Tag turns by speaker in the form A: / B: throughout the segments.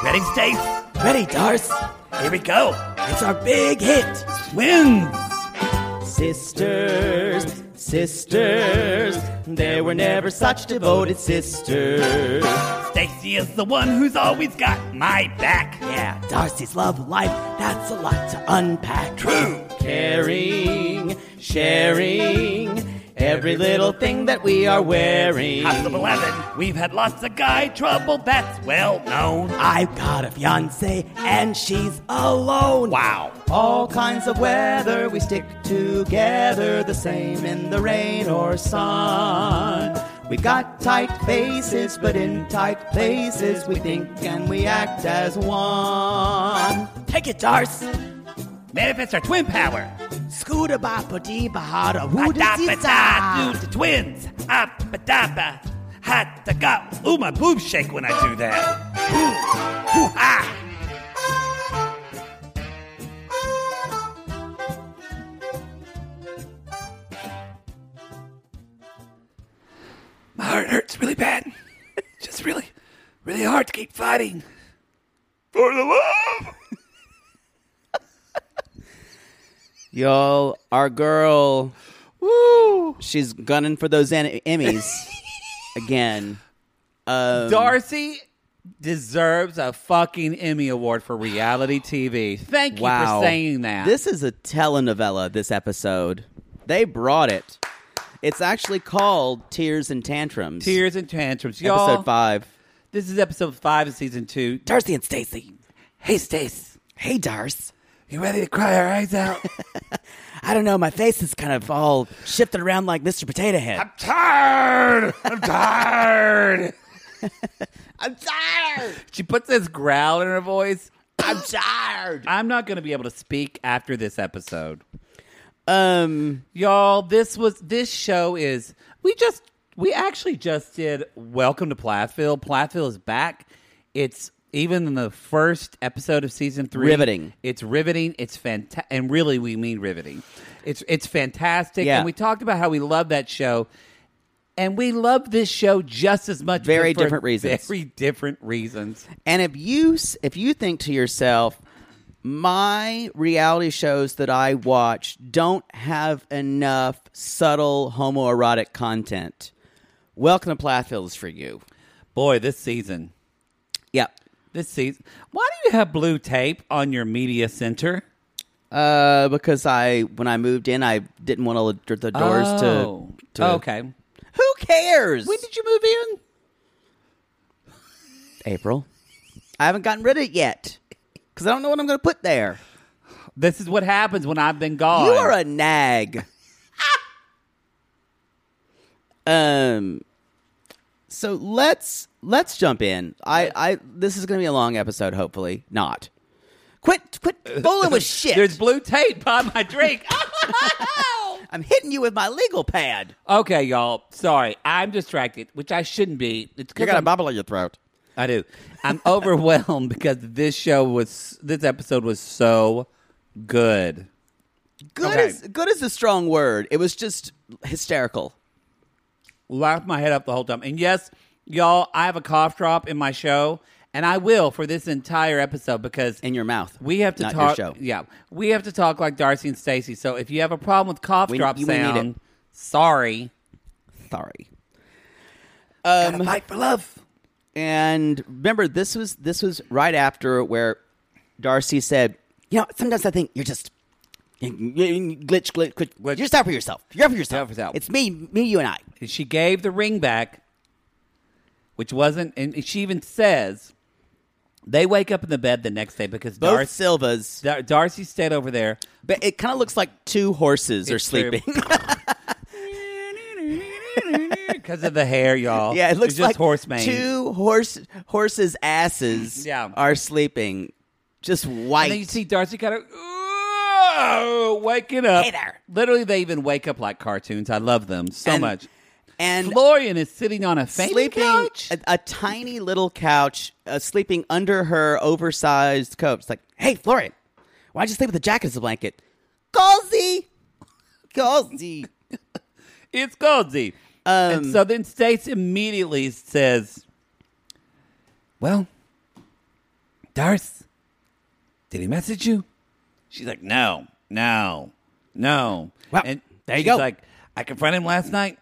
A: Ready, Stace? Ready, Darce? Here we go. It's our big hit. Wins. Sisters, sisters, there were never such devoted sisters. Stacy is the one who's always got my back. Yeah, Darcy's love life, that's a lot to unpack. True. Caring, sharing, every little thing that we are wearing. House of 11, we've had lots of guy trouble, that's well known. I've got a fiance and she's alone. Wow. All kinds of weather, we stick together, the same in the rain or sun. We've got tight faces, but in tight places, we think and we act as one. Take it, Darce. Benefits are twin power. Scooter bopper dee bahada woo da dee da.
B: ah?
A: Do the twins. Up a dappa. Hot da ga. Ooh, my boobs shake when I do that. Ooh, hoo ha. My heart hurts really bad. Just really, really hard to keep fighting. For the love!
B: Y'all, our girl,
C: Woo!
B: she's gunning for those en- Emmys again. Um,
C: Darcy deserves a fucking Emmy Award for reality TV. Thank you
B: wow.
C: for saying that.
B: This is a telenovela, this episode. They brought it. It's actually called Tears and Tantrums.
C: Tears and Tantrums. Y'all,
B: Episode 5.
C: This is episode five of season two.
A: Darcy and Stacy.
C: Hey, Stace.
A: Hey, Darce.
C: You ready to cry our eyes out?
A: I don't know. My face is kind of all shifted around like Mr. Potato Head.
C: I'm tired. I'm tired.
A: I'm tired.
C: she puts this growl in her voice.
A: I'm tired.
C: I'm not going to be able to speak after this episode.
B: Um,
C: Y'all, this was this show is we just we actually just did Welcome to Plathville. Plathville is back. It's even in the first episode of season three.
B: Riveting.
C: It's riveting. It's fantastic, and really, we mean riveting. It's it's fantastic.
B: Yeah.
C: And we talked about how we love that show, and we love this show just as much.
B: Very
C: but for
B: different reasons.
C: Very different reasons.
B: and if you s- if you think to yourself, my reality shows that I watch don't have enough subtle homoerotic content, Welcome to Plathville is for you.
C: Boy, this season,
B: Yep.
C: this season. Why do you have blue tape on your media center?
B: Uh, because I when I moved in, I didn't want to the doors
C: oh.
B: to, to.
C: okay.
B: Who cares?
C: When did you move in?
B: April. I haven't gotten rid of it yet because I don't know what I'm going to put there.
C: This is what happens when I've been gone.
B: You are a nag. um. So let's let's jump in. I I this is going to be a long episode. Hopefully not. Quit quit fooling with shit.
C: There's blue tape on my drink.
B: I'm hitting you with my legal pad.
C: okay, y'all. Sorry, I'm distracted, which I shouldn't be. It's 'cause I'm-
B: in your throat.
C: I do. I'm overwhelmed because this show was this episode was so good.
B: Good
C: Okay.
B: is good is a strong word. It was just hysterical.
C: Laughed my head up the whole time. And yes, y'all, I have a cough drop in my show, and I will for this entire episode because
B: In your mouth,
C: We have to
B: not
C: talk.
B: Your show.
C: Yeah, we have to talk like Darcy and Stacy. So if you have a problem with cough
B: We-
C: drop
B: we need it.
C: sound, sorry.
B: Sorry. Um,
A: Fight for love.
B: And remember, this was this was right after where Darcy said, "You know, sometimes I think you're just glitch, glitch, glitch. You're just out for yourself. You're out for yourself.
C: Out for yourself.
B: It's me, me, you, and I.
C: And she gave the ring back, which wasn't. And she even says they wake up in the bed the next day because
B: Both
C: Darcy,
B: Silvas,
C: Dar- Darcy stayed over there.
B: but it kind of looks like two horses are
C: It's true.
B: sleeping.
C: Because of the hair, y'all.
B: yeah, it looks
C: Oh, just
B: like
C: horse mane.
B: two horse horses' asses
C: Yeah.
B: are sleeping, just
C: And then you
B: white.
C: see Darcy kind of "Ooh," waking up.
B: Hey there.
C: Literally, they even wake up like cartoons. I love them so
B: And-
C: much.
B: and Uh,
C: Florian is sitting on a fainting
B: sleeping
C: couch.
B: A, a tiny little couch, uh, sleeping under her oversized coat. It's like, hey, Florian, why'd you sleep with a jacket as a blanket? Cozy, cozy.
C: It's cozy.
B: um,
C: and so then Stace immediately says, Well, Darce, did he message you? She's like, No, no, no.
B: Well,
C: and
B: there you
C: she's
B: go.
C: like, I confronted him last night.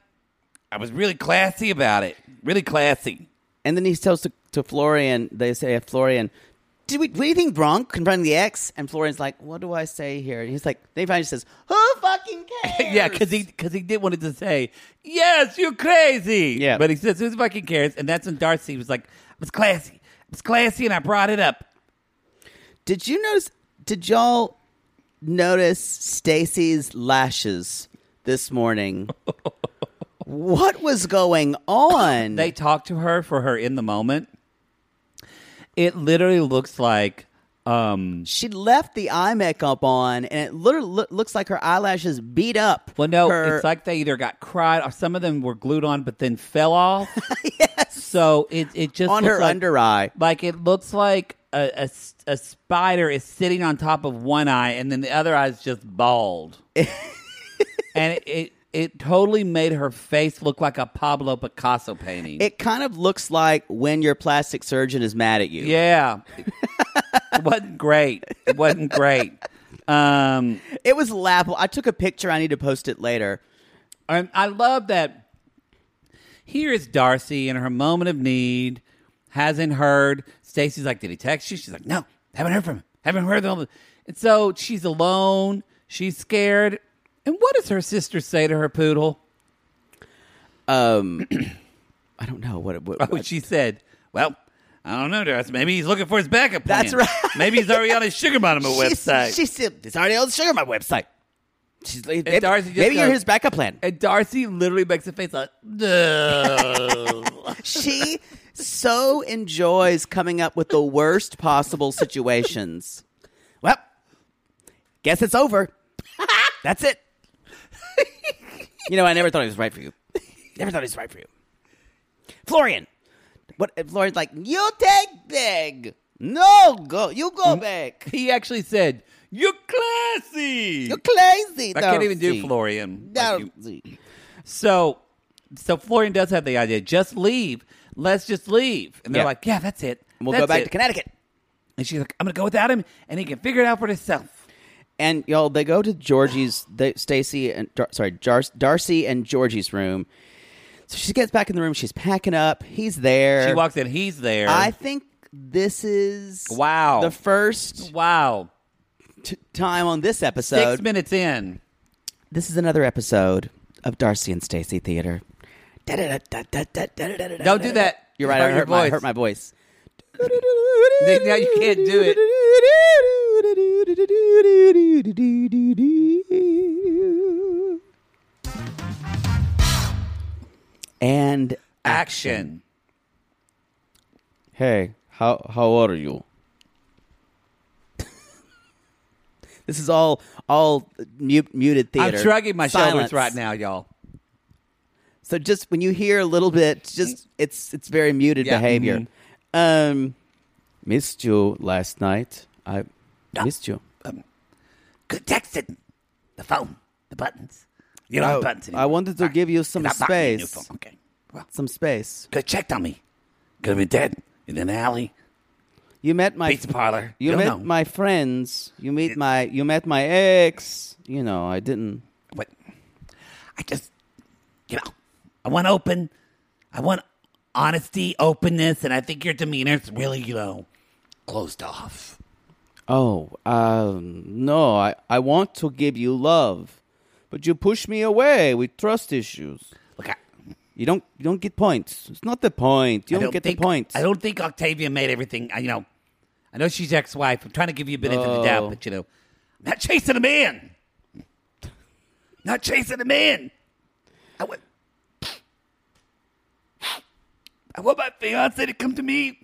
C: I was really classy about it. Really classy.
B: and then he tells to, to Florian. They say, Florian, do we? What do you think, wrong confronting the ex? And Florian's like, what do I say here? And he's like, then he finally says, who fucking cares?
C: Yeah, because he because he did wanted to say, "Yes, you're crazy."
B: Yeah.
C: but he says, "Who fucking cares?" And that's when Darcy was like, "I was classy, I was classy, and I brought it up."
B: Did you notice? Did y'all notice Stacy's lashes this morning? what was going on?
C: they talk to her for her in the moment, it literally looks like um
B: she left the eye makeup on, and it literally loo- looks like her eyelashes beat up.
C: well no,
B: Her-
C: it's like they either got cried or some of them were glued on but then fell off. yes. So it it just
B: on
C: looks
B: her
C: like,
B: under eye.
C: Like it looks like a, a s- a spider is sitting on top of one eye and then the other eye's just bald. and it, it it totally made her face look like a Pablo Picasso painting.
B: It kind of looks like when your plastic surgeon is mad at you.
C: Yeah. it wasn't great. It wasn't great. Um,
B: It was laughable. I took a picture. I need to post it later.
C: and I love that here is Darcy in her moment of need, hasn't heard. Stacy's like, Did he text you? She's like, No, haven't heard from him. Haven't heard from him. And so she's alone. She's scared. And what does her sister say to her poodle?
B: Um, I don't know what it what,
C: Oh, she said, Well, I don't know, Darcy. Maybe he's looking for his backup plan.
B: That's right.
C: Maybe he's already on his sugar mama
B: She-
C: website.
B: She said it's already on the sugar on my website. She's like, maybe,
C: Darcy just
B: maybe you're
C: goes-
B: his backup plan.
C: And Darcy literally makes a face like, "No."
B: she so enjoys coming up with the worst possible situations. Well, guess it's over. That's it. you know, I never thought it was right for you. Never thought it was right for you. Florian. What uh, Florian's like, you take big. No, go you go
C: Mm.
B: back.
C: he actually said, You're classy.
B: You're crazy.
C: I can't even do
B: Darcy.
C: Florian. like you.
B: Darcy.
C: So so Florian does have the idea. Just leave. Let's just leave. And they're
B: Yeah.
C: like, Yeah, that's it.
B: And we'll
C: That's
B: go back
C: it."
B: to Connecticut.
C: And she's like, I'm gonna go without him and he can figure it out for himself.
B: And y'all, they go to Georgie's, they, Stacy and Dar- sorry, Jar- Darcy and Georgie's room. So she gets back in the room. She's packing up. He's there.
C: She walks in, he's there.
B: I think this is
C: Wow.
B: the first
C: wow.
B: t- time on this
C: Six
B: episode.
C: minutes in.
B: this is another episode of Darcy and Stacy Theater.
C: Don't do that.
B: You're right. I
C: your
B: hurt, my, I
C: voice.
B: hurt my voice.
C: Now you can't do it.
B: it. And
C: Action.
B: hey, how how old are you? this is all all mute, muted theater.
C: I'm shrugging my
B: Silence.
C: shoulders right now, y'all.
B: So just when you hear a little bit, just it's it's very muted
C: Mm. Yeah. Mm-hmm.
B: behavior. Um, missed you last night. I
C: Ah.
B: missed you.
C: Good texting. The phone. The buttons. You don't have buttons
B: Oh, I wanted to
C: Sorry.
B: give you some
C: You're not buying a new
B: space.
C: phone. Okay. Well,
B: Some space.
C: could have checked on me. Could have been dead in an alley,
B: You met my
C: pizza parlor.
B: You
C: don't
B: met
C: know.
B: my friends. You meet my. You met my ex. You know, I didn't.
C: What? I just, you know, I want open. I want honesty, openness, and I think your demeanor's really, you know, closed off.
B: Oh, um, no, I, I want to give you love, but you push me away with trust issues.
C: Look, I,
B: You don't you don't get points. It's not the point. You
C: I
B: don't, get
C: think,
B: the points.
C: I don't think Octavia made everything. I, you know, I know she's ex-wife. I'm trying to give you a benefit of the doubt,
B: Oh.
C: but you know, I'm not chasing a man. Not chasing a man. I want, I want my fiance to come to me.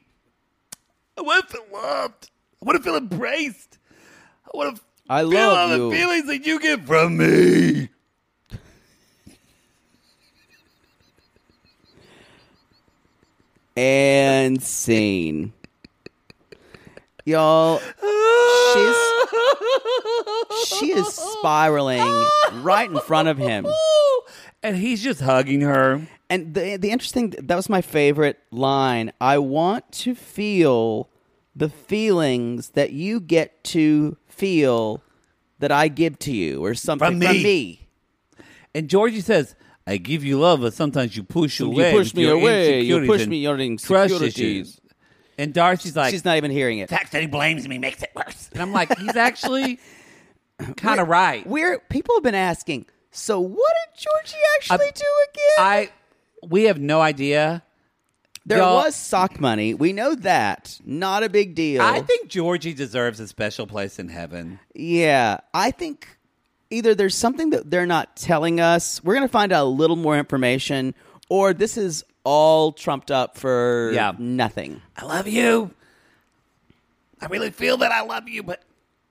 C: I want to feel loved. I want to feel embraced. I want to
B: I
C: feel
B: love
C: all the
B: you.
C: feelings that you get from me.
B: and scene. Y'all, she's she is spiraling right in front of him.
C: And he's just hugging her.
B: And the the interesting that was my favorite line. I want to feel the feelings that you get to feel that I give to you or something
C: From me. And Georgie says, "I give you love, but sometimes you push
B: You
C: away.
B: push
C: with
B: me
C: your
B: away. You
C: insecurities
B: push
C: and
B: me your
C: trust
B: insecurities."
C: issues." And Darcy's like,
B: She's not even hearing it.
C: "Fact that he blames me makes it worse." And I'm like, "He's actually kind of right."
B: We're people have been asking, so what did Georgie actually
C: I-
B: do again?
C: I we have no idea.
B: there
C: y'all-
B: was sock money. We know that. Not a big deal.
C: I think Georgie deserves a special place in heaven.
B: Yeah, I think either there's something that they're not telling us. We're going to find out a little more information, or this is all trumped up for
C: Yeah.
B: nothing.
C: I love you. I really feel that I love you, but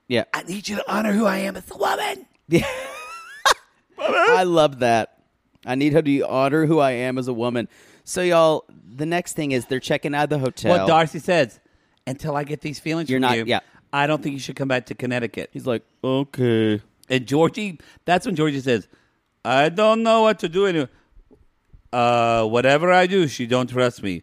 B: Yeah,
C: I need you to honor who I am as a woman.
B: I love that. I need her to honor who I am as a woman. So, y'all, the next thing is they're checking out of the hotel.
C: Well, Darcy says, "Until I get these feelings
B: You're
C: from
B: not-
C: you,
B: yeah.
C: I don't think you should come back to Connecticut."
B: He's like, okay.
C: And Georgie, that's when Georgie says, "I don't know what to do anymore. Uh, whatever I do, she don't trust me.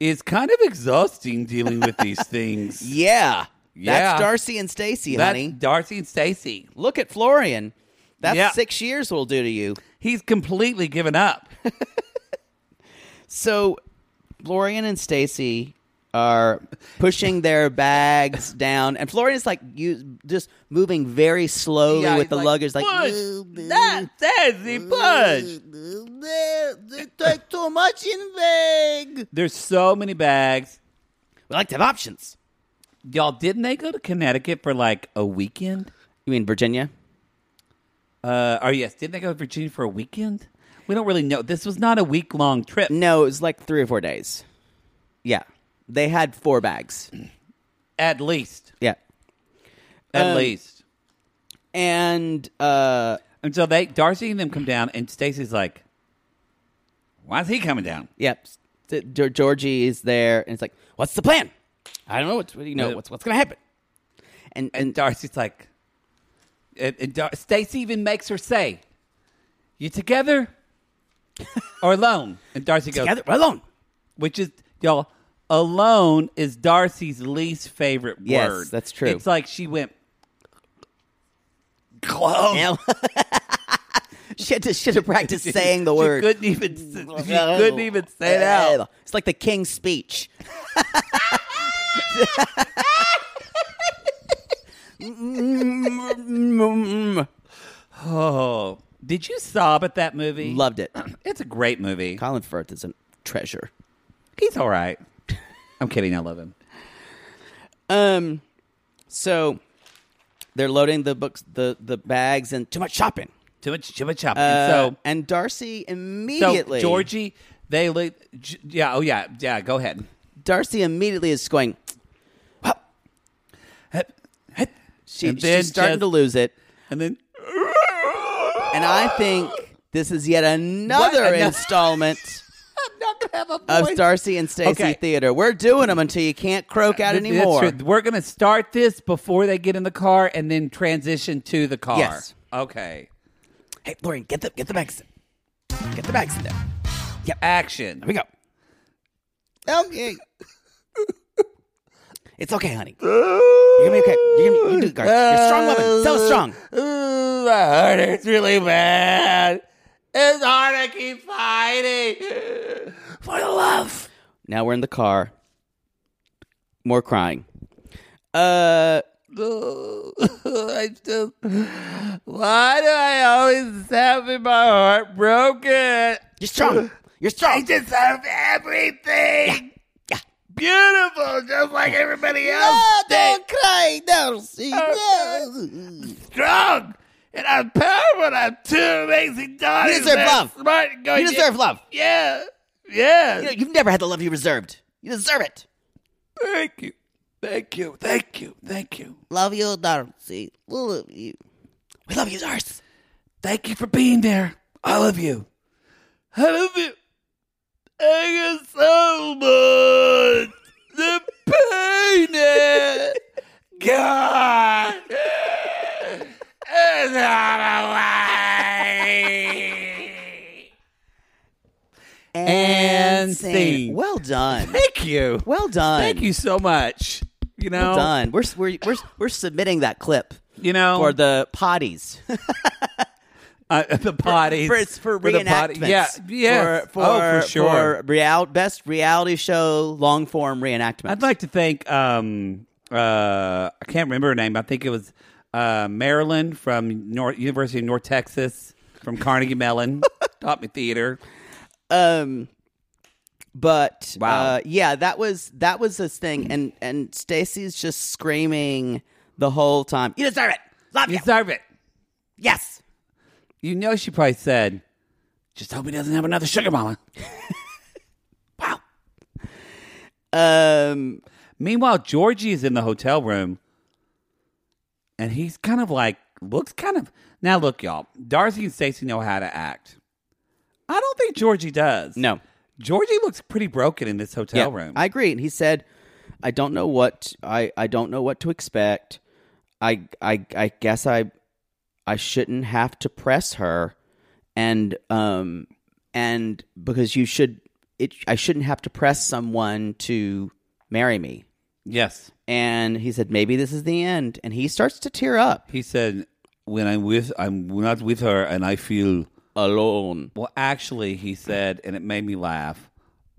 C: It's kind of exhausting dealing with these things."
B: Yeah.
C: Yeah.
B: That's Darcy and Stacy,
C: That's
B: honey.
C: Darcy and Stacy.
B: Look at Florian. That's
C: Yeah.
B: six years will do to you.
C: He's completely given up.
B: So, Florian and Stacy are pushing their bags down, and Florian is like you just moving very slowly
C: Yeah,
B: with
C: he's
B: the
C: like,
B: luggage, like
C: push that, Stacy, push.
B: They take too much in bag.
C: There's so many bags.
B: We like to have options.
C: Y'all, didn't they go to Connecticut for like a weekend?
B: You mean Virginia?
C: Uh, or yes, didn't they go to Virginia for a weekend? We don't really know. This was not a week long trip.
B: No, it was like three or four days. Yeah, they had four bags.
C: At least.
B: Yeah,
C: At
B: Um,
C: least.
B: and uh,
C: And so they Darcy and them come down and Stacy's like, Why is he coming down?
B: Yep. S- Ge- Georgie is there, and it's like, "What's the plan? I don't know. What's you know
C: Yeah.
B: what's what's gonna happen?" And
C: And
B: and
C: Darcy's like and, and Dar- Stacy even makes her say, You together or alone? And Darcy goes,
B: together we're alone.
C: which is y'all alone is Darcy's least favorite
B: Yes,
C: word.
B: that's true.
C: It's like she went close.
B: she had to she had to practice saying the
C: "Oh." She
B: word.
C: couldn't even s- she couldn't even say it out.
B: It's like the king's speech.
C: Oh, did you sob at that movie?
B: Loved it.
C: It's a great movie.
B: Colin Firth is a treasure.
C: He's all right. I'm kidding. I love him.
B: Um, so they're loading the books, the the bags, and too much shopping.
C: Too much, too much shopping.
B: Uh,
C: And
B: and Darcy
C: so,
B: immediately
C: so Georgie, they, li- G- yeah, oh yeah, yeah. Go ahead.
B: Darcy immediately is going. "Well," She,
C: And then
B: she's starting
C: just-
B: to lose it,
C: And then
B: and I think this is yet another
C: What? Ano-
B: installment
C: I'm not gonna have a
B: of Darcy and Stacey
C: Okay.
B: Theater. We're doing them until you can't croak out
C: Th- that's
B: anymore.
C: true. We're gonna start this before they get in the car, and then transition to the car.
B: Yes.
C: Okay.
B: Hey, Lauren, get the get the bags, in. get the bags in there.
C: Action.
B: Here we go. Okay. It's okay, honey. You're gonna be okay. You're gonna be, you do it, Garth. You're a strong woman. So strong.
C: Ooh, my heart hurts really bad. It's hard to keep fighting for the love.
B: Now we're in the car. More crying. Uh,
C: I just, why do I always have my heart broken?
B: you're strong. You're strong.
C: I deserve everything. Beautiful, just like everybody else. They-
B: cry. No,
C: Uh, Strong. And I'm powerful. and I have two amazing daughters.
B: deserve
C: They're
B: love.
C: Smart and going,
B: You deserve love.
C: Yeah. Yeah.
B: You know, you've never had the love you reserved. You deserve it.
C: Thank you. Thank you. Thank you. Thank you.
B: Love you, Darcy. We love you. We love you, Darcy.
C: Thank you for being there. I love you. I love you. I got so much. The pain. in God. It's not away. And scene.
B: Well done.
C: Thank you.
B: Well done.
C: Thank you so much. You know,
B: Well done. We're, we're, we're, we're submitting that clip
C: you know,
B: for the potties.
C: uh, the potties
B: For, it's for
C: the potty-
B: reenactments.
C: Yeah, yeah.
B: For, for,
C: oh, for sure.
B: For real, best reality show long form reenactment.
C: I'd like to thank um uh I can't remember her name. I think it was uh Marilyn from North University of North Texas from Carnegie Mellon taught me theater.
B: Um, but
C: Wow.
B: uh, yeah, that was that was this thing, and and Stacy's just screaming the whole time. You deserve it. Love
C: You
B: you.
C: deserve it.
B: yes.
C: You know she probably said, "Just hope he doesn't have another sugar mama." wow.
B: Um,
C: Meanwhile, Georgie is in the hotel room, and he's kind of like looks kind of now. Look, y'all, Darcy and Stacy know how to act. I don't think Georgie does.
B: no.
C: Georgie looks pretty broken in this hotel room.
B: I agree. And he said, "I don't know what I I don't know what to expect. I I I guess I I shouldn't have to press her, and um and because you should it I shouldn't have to press someone to marry me."
C: yes.
B: And he said, "Maybe this is the end." And he starts to tear up
C: He said, "When I'm with, I'm not with her, and I feel."
B: alone.
C: Well, actually, he said, and it made me laugh.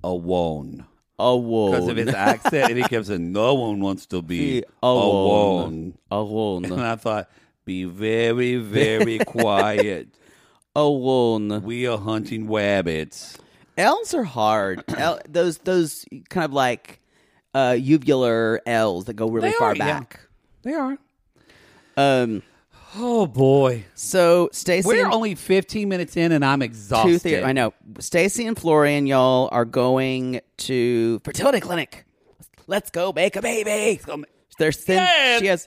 C: Alone,
B: Alone.
C: because of his accent, and he kept saying, "No one wants to be
B: alone.
C: alone." And
B: Alone.
C: I thought, "Be very, very quiet.
B: Alone.
C: We are hunting rabbits."
B: L's are hard. L, those those kind of like uh, uvular L's that go really
C: They
B: far
C: are, yeah.
B: back.
C: They are.
B: Um.
C: Oh boy,
B: So Stacy,
C: we're
B: and-
C: only 15 minutes in, and I'm exhausted.
B: two theory. I know Stacy and Florian, y'all are going to fertility clinic. Let's go make a baby. They're sin- she has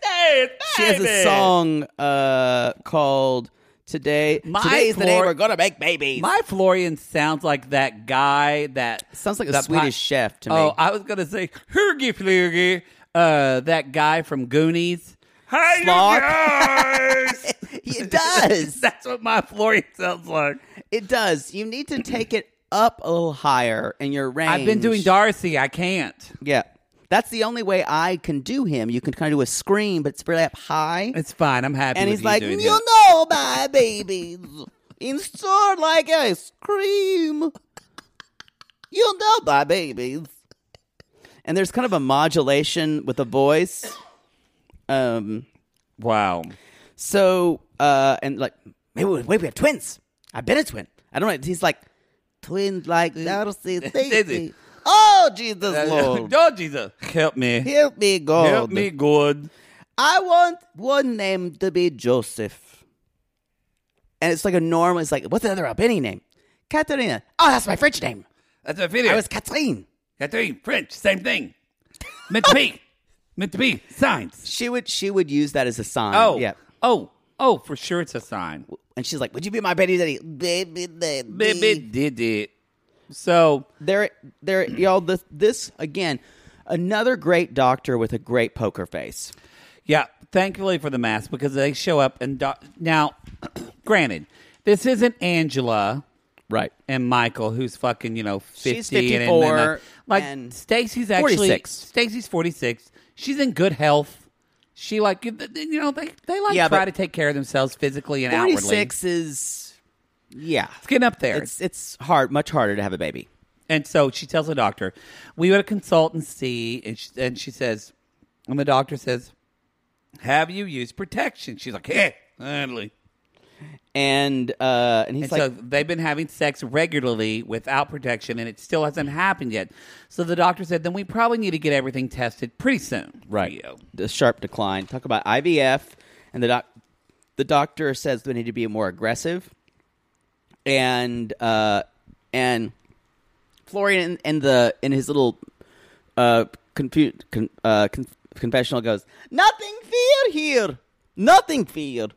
B: she has a song uh called today.
C: My
B: Today's the day
C: Flor-
B: we're gonna make babies.
C: My Florian sounds like that guy that
B: Sounds like a
C: that
B: Swedish chef to me.
C: Oh, I was gonna say Hurgy Flurgy, uh, that guy from Goonies. Hi, you guys!
B: Sloth. it does.
C: That's what my Florian sounds like.
B: It does. You need to take it up a little higher in your range.
C: I've been doing Darcy. I can't.
B: Yeah. That's the only way I can do him. You can kind of do a scream, but it's really up high.
C: It's fine. I'm happy.
B: and
C: with
B: he's
C: you
B: like,
C: doing
B: you
C: it."
B: know, my babies, insert like a scream. You know, my babies. And there's kind of a modulation with the voice. Um.
C: wow.
B: So, uh, and like, maybe we, wait, we have twins. I've been a twin. I don't know. He's like, twins like
C: Mm.
B: Darcy, Stacy. Oh, Jesus Lord.
C: oh Jesus, help me.
B: Help me, God.
C: Help me, God.
B: I want one name to be Joseph. And it's like a normal, it's like, what's the other Albanian name? Katerina. Oh, that's my French name.
C: That's my video.
B: I was Catherine.
C: Catherine French, same thing. Meant to be. Meant to be. Signs.
B: She would she would use that as a sign.
C: Oh.
B: Yeah.
C: Oh. Oh, for sure it's a sign.
B: And she's like, Would you be my baby daddy? Baby daddy.
C: Baby did it. So
B: There there
C: Mm-hmm.
B: y'all this this again, another great doctor with a great poker face.
C: yeah, thankfully for the mask because they show up and doc- now, granted, this isn't Angela
B: Right.
C: and Michael who's fucking you know fifty.
B: She's
C: and- and-
B: 54
C: and, uh, like
B: and
C: Stacy's actually
B: 46.
C: Stacy's forty six. She's in good health. She like you you know they they like
B: Yeah,
C: try
B: but-
C: to take care of themselves physically and
B: Forty
C: outwardly.
B: six is yeah.
C: It's getting up there.
B: It's it's hard, much harder to have a baby.
C: And so she tells the doctor, we would consult and see. And she, and she says, and the doctor says, have you used protection? She's like, yeah, finally.
B: And uh, and he's
C: And
B: like,
C: so they've been having sex regularly without protection, and it still hasn't happened yet. So the doctor said, then we probably need to get everything tested pretty soon. for
B: right,
C: you."
B: the sharp decline. Talk about IVF, and the doc, the doctor says they need to be more aggressive, and uh, and Florian in, in the in his little uh, confu- con, uh, con, confessional goes, nothing fear here, nothing fear.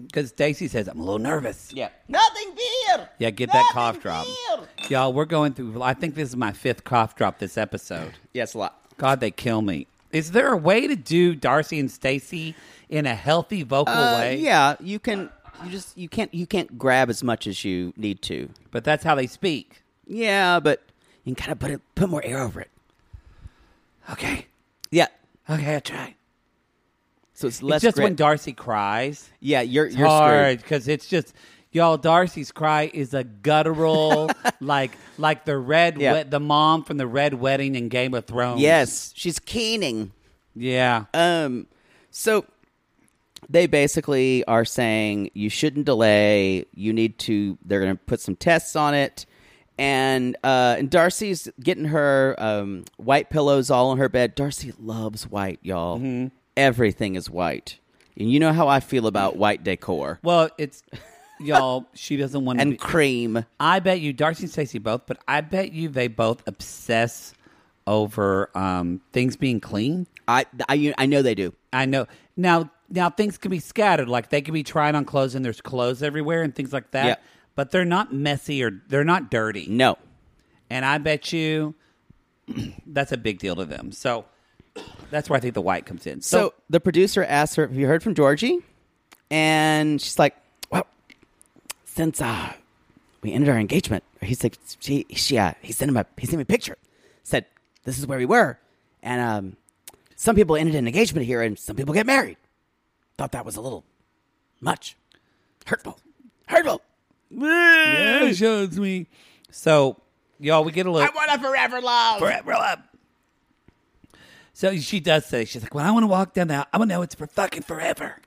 C: Because Stacy says, I'm a little nervous.
B: Yeah, nothing fear.
C: Yeah, get that
B: Nothing
C: cough drop.
B: fear.
C: Y'all, we're going through, I think this is my fifth cough drop this episode.
B: Yes, a lot.
C: God, they kill me. Is there a way to do Darcy and Stacy in a healthy vocal
B: Uh,
C: way?
B: yeah, you can. You just you can't you can't grab as much as you need to.
C: But that's how they speak.
B: Yeah, but you can kind of put it put more air over it.
C: Okay.
B: Yeah,
C: Okay, I'll try.
B: so it's less.
C: it's just
B: grip.
C: when Darcy cries.
B: yeah, you're
C: It's
B: you're
C: hard
B: screwed.
C: because it's just y'all. Darcy's cry is a guttural, like like the red,
B: Yeah.
C: wed- the mom from the red wedding in Game of Thrones.
B: Yes, she's keening.
C: yeah.
B: Um, so they basically are saying you shouldn't delay. You need to. They're going to put some tests on it, and uh, and Darcy's getting her um, white pillows all on her bed. Darcy loves white, y'all.
C: Mm-hmm.
B: Everything is white, and you know how I feel about white decor
C: well, it's y'all. She doesn't want to.
B: and cream.
C: I bet you Darcy and Stacey both, but I bet you they both obsess over um, things being clean.
B: I I I know they do.
C: I know now. Now things can be scattered, like they can be trying on clothes, and there's clothes everywhere and things like that.
B: Yeah.
C: But they're not messy or they're not dirty.
B: No,
C: And I bet you that's a big deal to them. So that's where I think the white comes in.
B: So the producer asked her, "Have you heard from Georgie?" And she's like, "Well, since uh, we ended our engagement, he's like, she, she, uh, he sent him a, he sent me a picture, said this is where we were, and um, some people ended an engagement here, and some people get married. Thought that was a little much, hurtful, hurtful.
C: Yeah, shows me. So y'all, we get a
B: I
C: look.
B: want a forever love.
C: Forever love. So she does say she's like, "When I want to walk down the aisle, I want to know it's for fucking forever."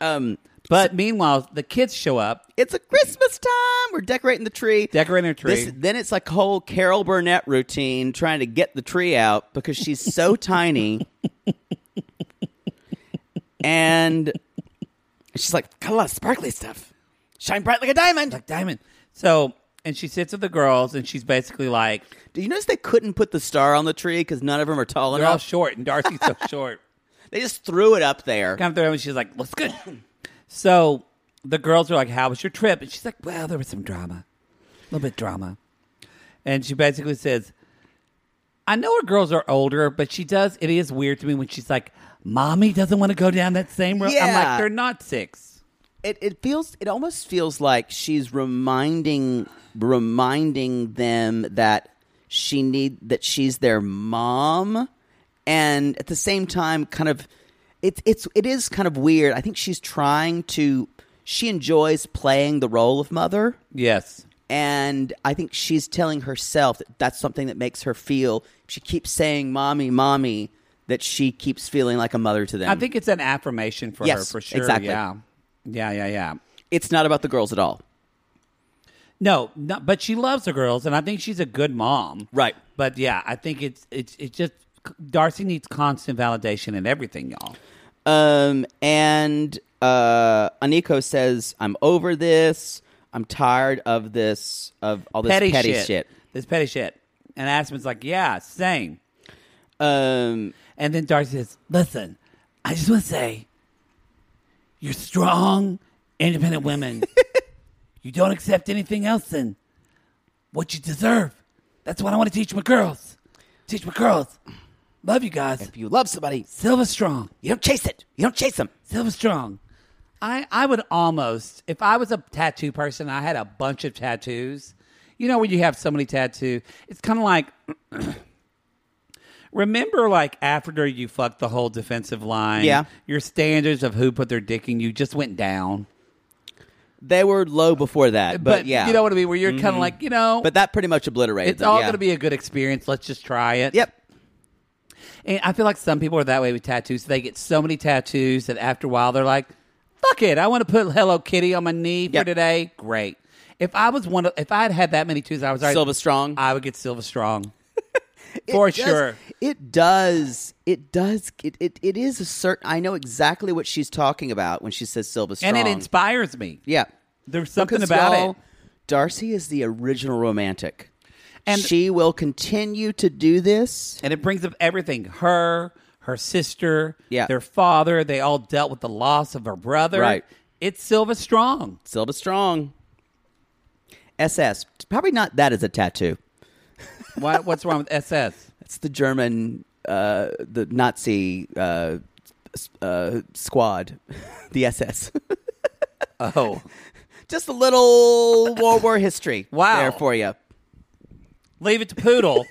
B: Um,
C: But meanwhile, the kids show up,
B: it's a Christmas time. We're decorating the tree.
C: decorating her tree.
B: This, then it's like a whole Carol Burnett routine trying to get the tree out because she's so tiny. and she's like, got a lot of sparkly stuff. Shine bright like a diamond.
C: like diamond. So and she sits with the girls, and she's basically like,
B: Did you notice they couldn't put the star on the tree because none of them are tall
C: "They're all
B: enough?
C: short, and Darcy's so short."
B: they just threw it up there.
C: come through and she's like, "What's good?" So the girls are like, "How was your trip?" And she's like, "Well, there was some drama, a little bit drama," and she basically says, "I know her girls are older, but she does. It is weird to me when she's like, "Mommy doesn't want to go down that same road." I'm
B: Yeah.
C: like, "They're not six.
B: It, it feels it almost feels like she's reminding reminding them that she need that she's their mom and at the same time kind of it's it's it is kind of weird. I think she's trying to she enjoys playing the role of mother
C: Yes,
B: and I think she's telling herself that that's something that makes her feel she keeps saying mommy mommy that she keeps feeling like a mother to them.
C: I think it's an affirmation for her
B: Yes,
C: for sure.
B: exactly.
C: Yeah, yeah, yeah, yeah."
B: it's not about the girls at all.
C: No, no, but she loves the girls, and I think she's a good mom.
B: Right.
C: But yeah, I think it's it's it's just Darcy needs constant validation in everything, y'all.
B: Um, and uh, Aniko says, "I'm over this. I'm tired of this of all this petty, shit.
C: This petty shit. And Aspen's like, yeah, same.
B: Um,
C: And then Darcy says, listen, I just want to say, you're strong, independent women. you don't accept anything else than what you deserve. That's what I want to teach my girls. Teach my girls. Love you guys.
B: if you love somebody,
C: Silver strong.
B: you don't chase it. You don't chase them.
C: Silver Strong. I, I would almost, if I was a tattoo person, I had a bunch of tattoos. You know, when you have so many tattoos, it's kind of like, remember, like after you fucked the whole defensive line,
B: Yeah.
C: your standards of who put their dick in you just went down.
D: They were low before that,
C: but,
D: but, yeah, Mm-hmm.
C: you know what I mean. Where you're kind of like, you know,
D: But that pretty much obliterated.
C: it's
D: them,
C: all
D: yeah.
C: going to be a good experience. Let's just try it.
D: Yep.
C: And I feel like some people are that way with tattoos. They get so many tattoos that after a while they're like, "Fuck it, I want to put Hello Kitty on my knee for
D: Yep.
C: today." Great. If I was one, of, if I had had that many tattoos, I was already
D: Silva Strong.
C: I would get Silva Strong
D: It
C: Uh, for
D: does-
C: sure.
D: It does. It does. It, it it is a certain. I know exactly what she's talking about when she says Silva Strong.
C: and it inspires me.
D: Yeah,
C: There's something
D: Because,
C: about
D: y'all,
C: it.
D: Darcy is the original romantic,
C: And-
D: and she will continue to do this.
C: and it brings up everything her her sister
D: Yeah.
C: their father they all dealt with the loss of her brother
D: Right.
C: it's silva strong
D: Silva Strong. SS. Probably not that as a tattoo.
C: Why what's wrong with ss
D: That's the German, uh, the Nazi uh, s- uh, squad, the SS.
C: oh
D: Just a little World War history.
C: Wow.
D: There for you.
C: leave it to poodle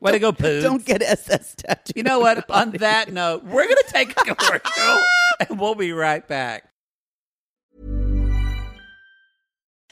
C: way to go poodle
D: Don't get SS tattoo.
C: you know what on that note we're gonna take a commercial and we'll be right back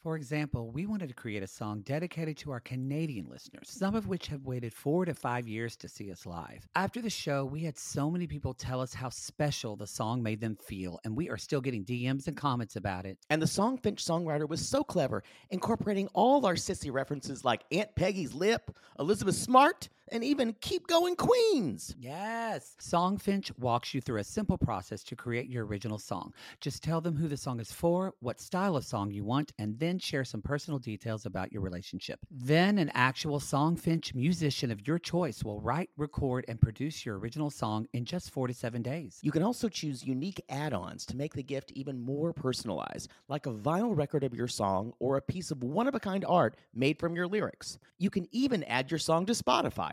C: For example, we wanted to create a song dedicated to our Canadian listeners, some of which have waited four to five years to see us live. After the show, we had so many people tell us how special the song made them feel, and we are still getting DMs and comments about it.
B: And the Songfinch songwriter was so clever, incorporating all our sissy references like Aunt Peggy's Lip, Elizabeth Smart, and even Keep Going Queens.
C: Yes. Songfinch walks you through a simple process to create your original song. Just tell them who the song is for, what style of song you want, and then share some personal details about your relationship. Then an actual Songfinch musician of your choice will write, record, and produce your original song in just four to seven days.
B: You can also choose unique add ons to make the gift even more personalized, like a vinyl record of your song or a piece of one of a kind art made from your lyrics. You can even add your song to Spotify.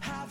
A: Have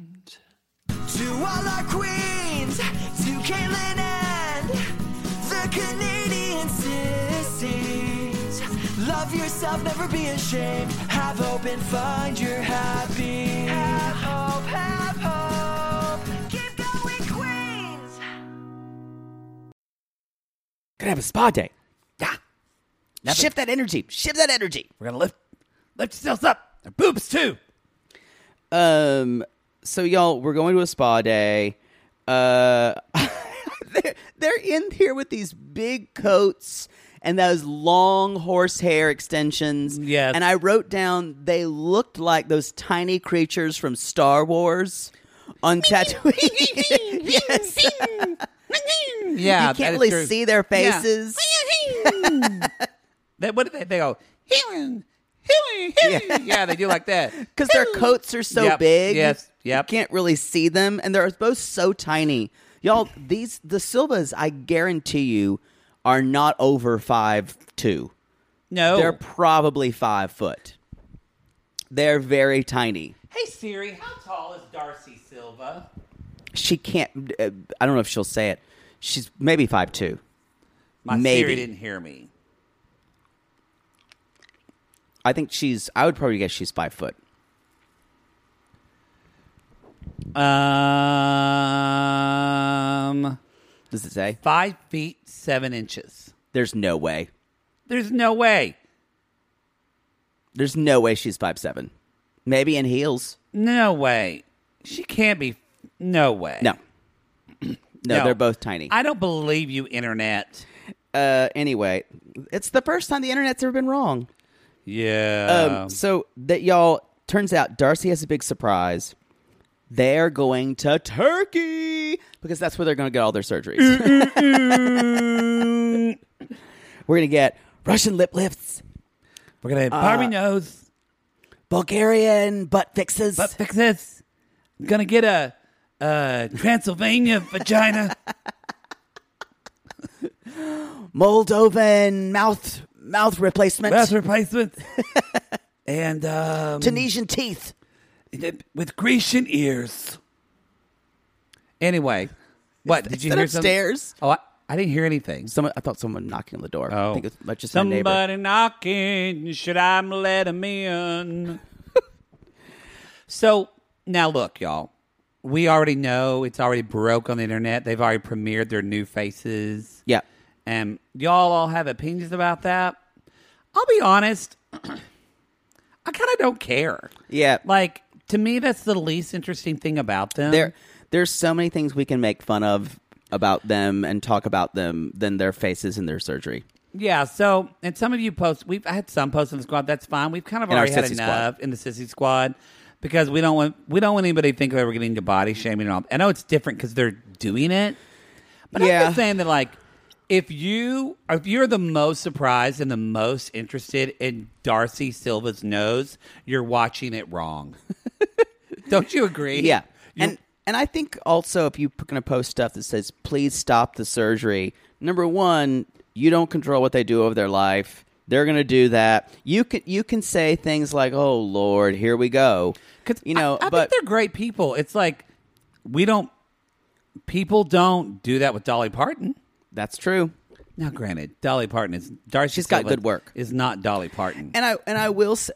A: To all our queens, to Caitlin and the Canadian sissies. Love yourself, never be ashamed. Have hope and find your happy. Have hope, have hope. Keep going, queens.
B: Gonna have a spa day.
C: Yeah.
B: Shift that energy. Shift that energy.
C: We're gonna lift lift yourselves up. Their boobs too.
B: Um. So y'all, we're going to a spa day. Uh, they're, they're in here with these big coats and those long horsehair extensions.
C: Yes.
B: And I wrote down they looked like those tiny creatures from Star Wars on Tatooine. yes.
C: Yeah,
B: you
C: that
B: can't
C: is
B: really
C: true.
B: see their
C: Yeah.
B: faces.
C: They, what do they? They go healing, healing, healing. Yeah. they do like that.
B: because their coats are so
C: Yep,
B: big.
C: yes, yep.
B: You can't really see them, and they're both so tiny. Y'all, these the Silvas, I guarantee you, are not over five two.
C: No.
B: They're probably five foot. They're very tiny.
C: hey Siri, how tall is Darcy Silva?
B: She can't. Uh, I don't know if she'll say it. She's maybe five two.
C: My
B: Maybe.
C: Siri didn't hear me.
B: I think she's. I would probably guess she's five foot.
C: Um,
B: Does it say?
C: five feet seven inches.
B: There's no way.
C: There's no way.
B: There's no way she's five seven. Maybe in heels.
C: No way. She can't be. No way.
B: No. No, they're both tiny.
C: I don't believe you, internet.
B: uh, anyway, it's the first time the internet's ever been wrong. Um,
C: Yeah.
B: so that y'all turns out Darcy has a big surprise. They're going to Turkey because that's where they're going to get all their surgeries.
C: Mm,
B: We're going to get Russian lip lifts,
C: We're gonna have Barbie nose
B: Bulgarian butt fixes,
C: butt fixes. I'm gonna get a, a Transylvania vagina.
B: Moldovan mouth mouth replacement,
C: That's replacement. and um,
B: Tunisian teeth.
C: with Grecian ears. Anyway, what did
B: Is
C: you
B: that
C: hear? something?
B: upstairs?
C: Oh, I, I didn't hear anything.
B: Someone, I thought someone knocking on the door. I think it's just my neighbor.
C: Oh. somebody knocking. Should I let him in? so now look, y'all. We already know it's already broke on the internet. They've already premiered their new faces.
B: Yeah.
C: And y'all all have opinions about that. I'll be honest, I kind of don't care.
B: Yeah.
C: Like, to me, that's the least interesting thing about them.
B: there there's so many things we can make fun of about them and talk about them than their faces and their surgery.
C: Yeah, so and some of you post we've had some posts in the squad, that's fine. We've kind of
B: In our
C: already had
B: sissy squad.
C: enough in the sissy squad because we don't want we don't want anybody to think that we're getting into body shaming and all. I know it's different because they're doing it. But
B: Yeah.
C: I'm just saying that like if you if you're the most surprised and the most interested in Darcy Silva's nose, you're watching it wrong. don't you agree?
B: Yeah.
C: You-
B: and and I think also if you're going to post stuff that says please stop the surgery, number 1, you don't control what they do over their life. They're going to do that. You can you can say things like, "Oh lord, here we go."
C: 'Cause
B: You know,
C: I, I
B: but
C: think they're great people. It's like we don't people don't do that with Dolly Parton.
B: that's true.
C: Now, granted, Dolly Parton is Darcy.
B: She's got
C: Silva
B: good work.
C: Is not Dolly Parton.
B: and I and I will s-